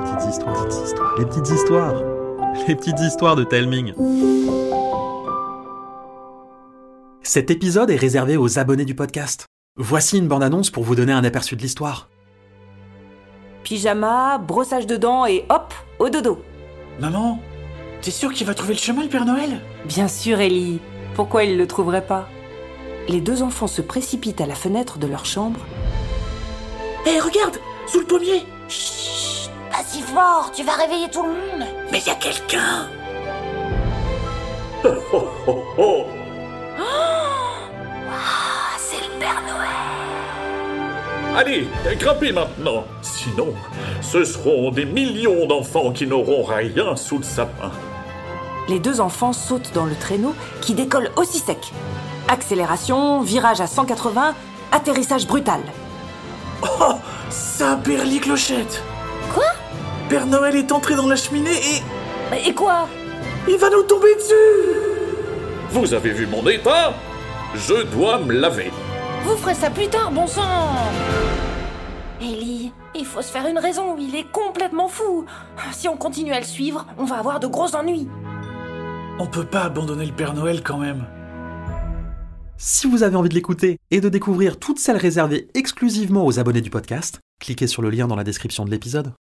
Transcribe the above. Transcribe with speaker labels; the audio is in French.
Speaker 1: petites histoires. Les petites histoires. Les petites histoires de Telming. Cet épisode est réservé aux abonnés du podcast. Voici une bande-annonce pour vous donner un aperçu de l'histoire.
Speaker 2: Pyjama, brossage de dents et hop, au dodo.
Speaker 3: Maman, t'es sûr qu'il va trouver le chemin, le Père Noël
Speaker 2: Bien sûr, Ellie. Pourquoi il le trouverait pas Les deux enfants se précipitent à la fenêtre de leur chambre.
Speaker 3: Hé, Eh, regarde Sous le pommier
Speaker 4: Chut Pas si fort, tu vas réveiller tout le monde
Speaker 3: Mais y a quelqu'un
Speaker 4: Ah, c'est le Père Noël
Speaker 5: Allez, grimpez maintenant. Sinon, ce seront des millions d'enfants qui n'auront rien sous le sapin.
Speaker 2: Les deux enfants sautent dans le traîneau qui décolle aussi sec. Accélération, virage à 180, atterrissage brutal.
Speaker 3: Oh Ça berlit clochette
Speaker 4: Quoi
Speaker 3: Père Noël est entré dans la cheminée et
Speaker 4: Mais Et quoi
Speaker 3: il va nous tomber dessus
Speaker 5: Vous avez vu mon état Je dois me laver.
Speaker 4: Vous ferez ça plus tard, bon sang Ellie, il faut se faire une raison, il est complètement fou Si on continue à le suivre, on va avoir de gros ennuis
Speaker 3: On peut pas abandonner le Père Noël quand même.
Speaker 1: Si vous avez envie de l'écouter et de découvrir toutes celles réservées exclusivement aux abonnés du podcast, cliquez sur le lien dans la description de l'épisode.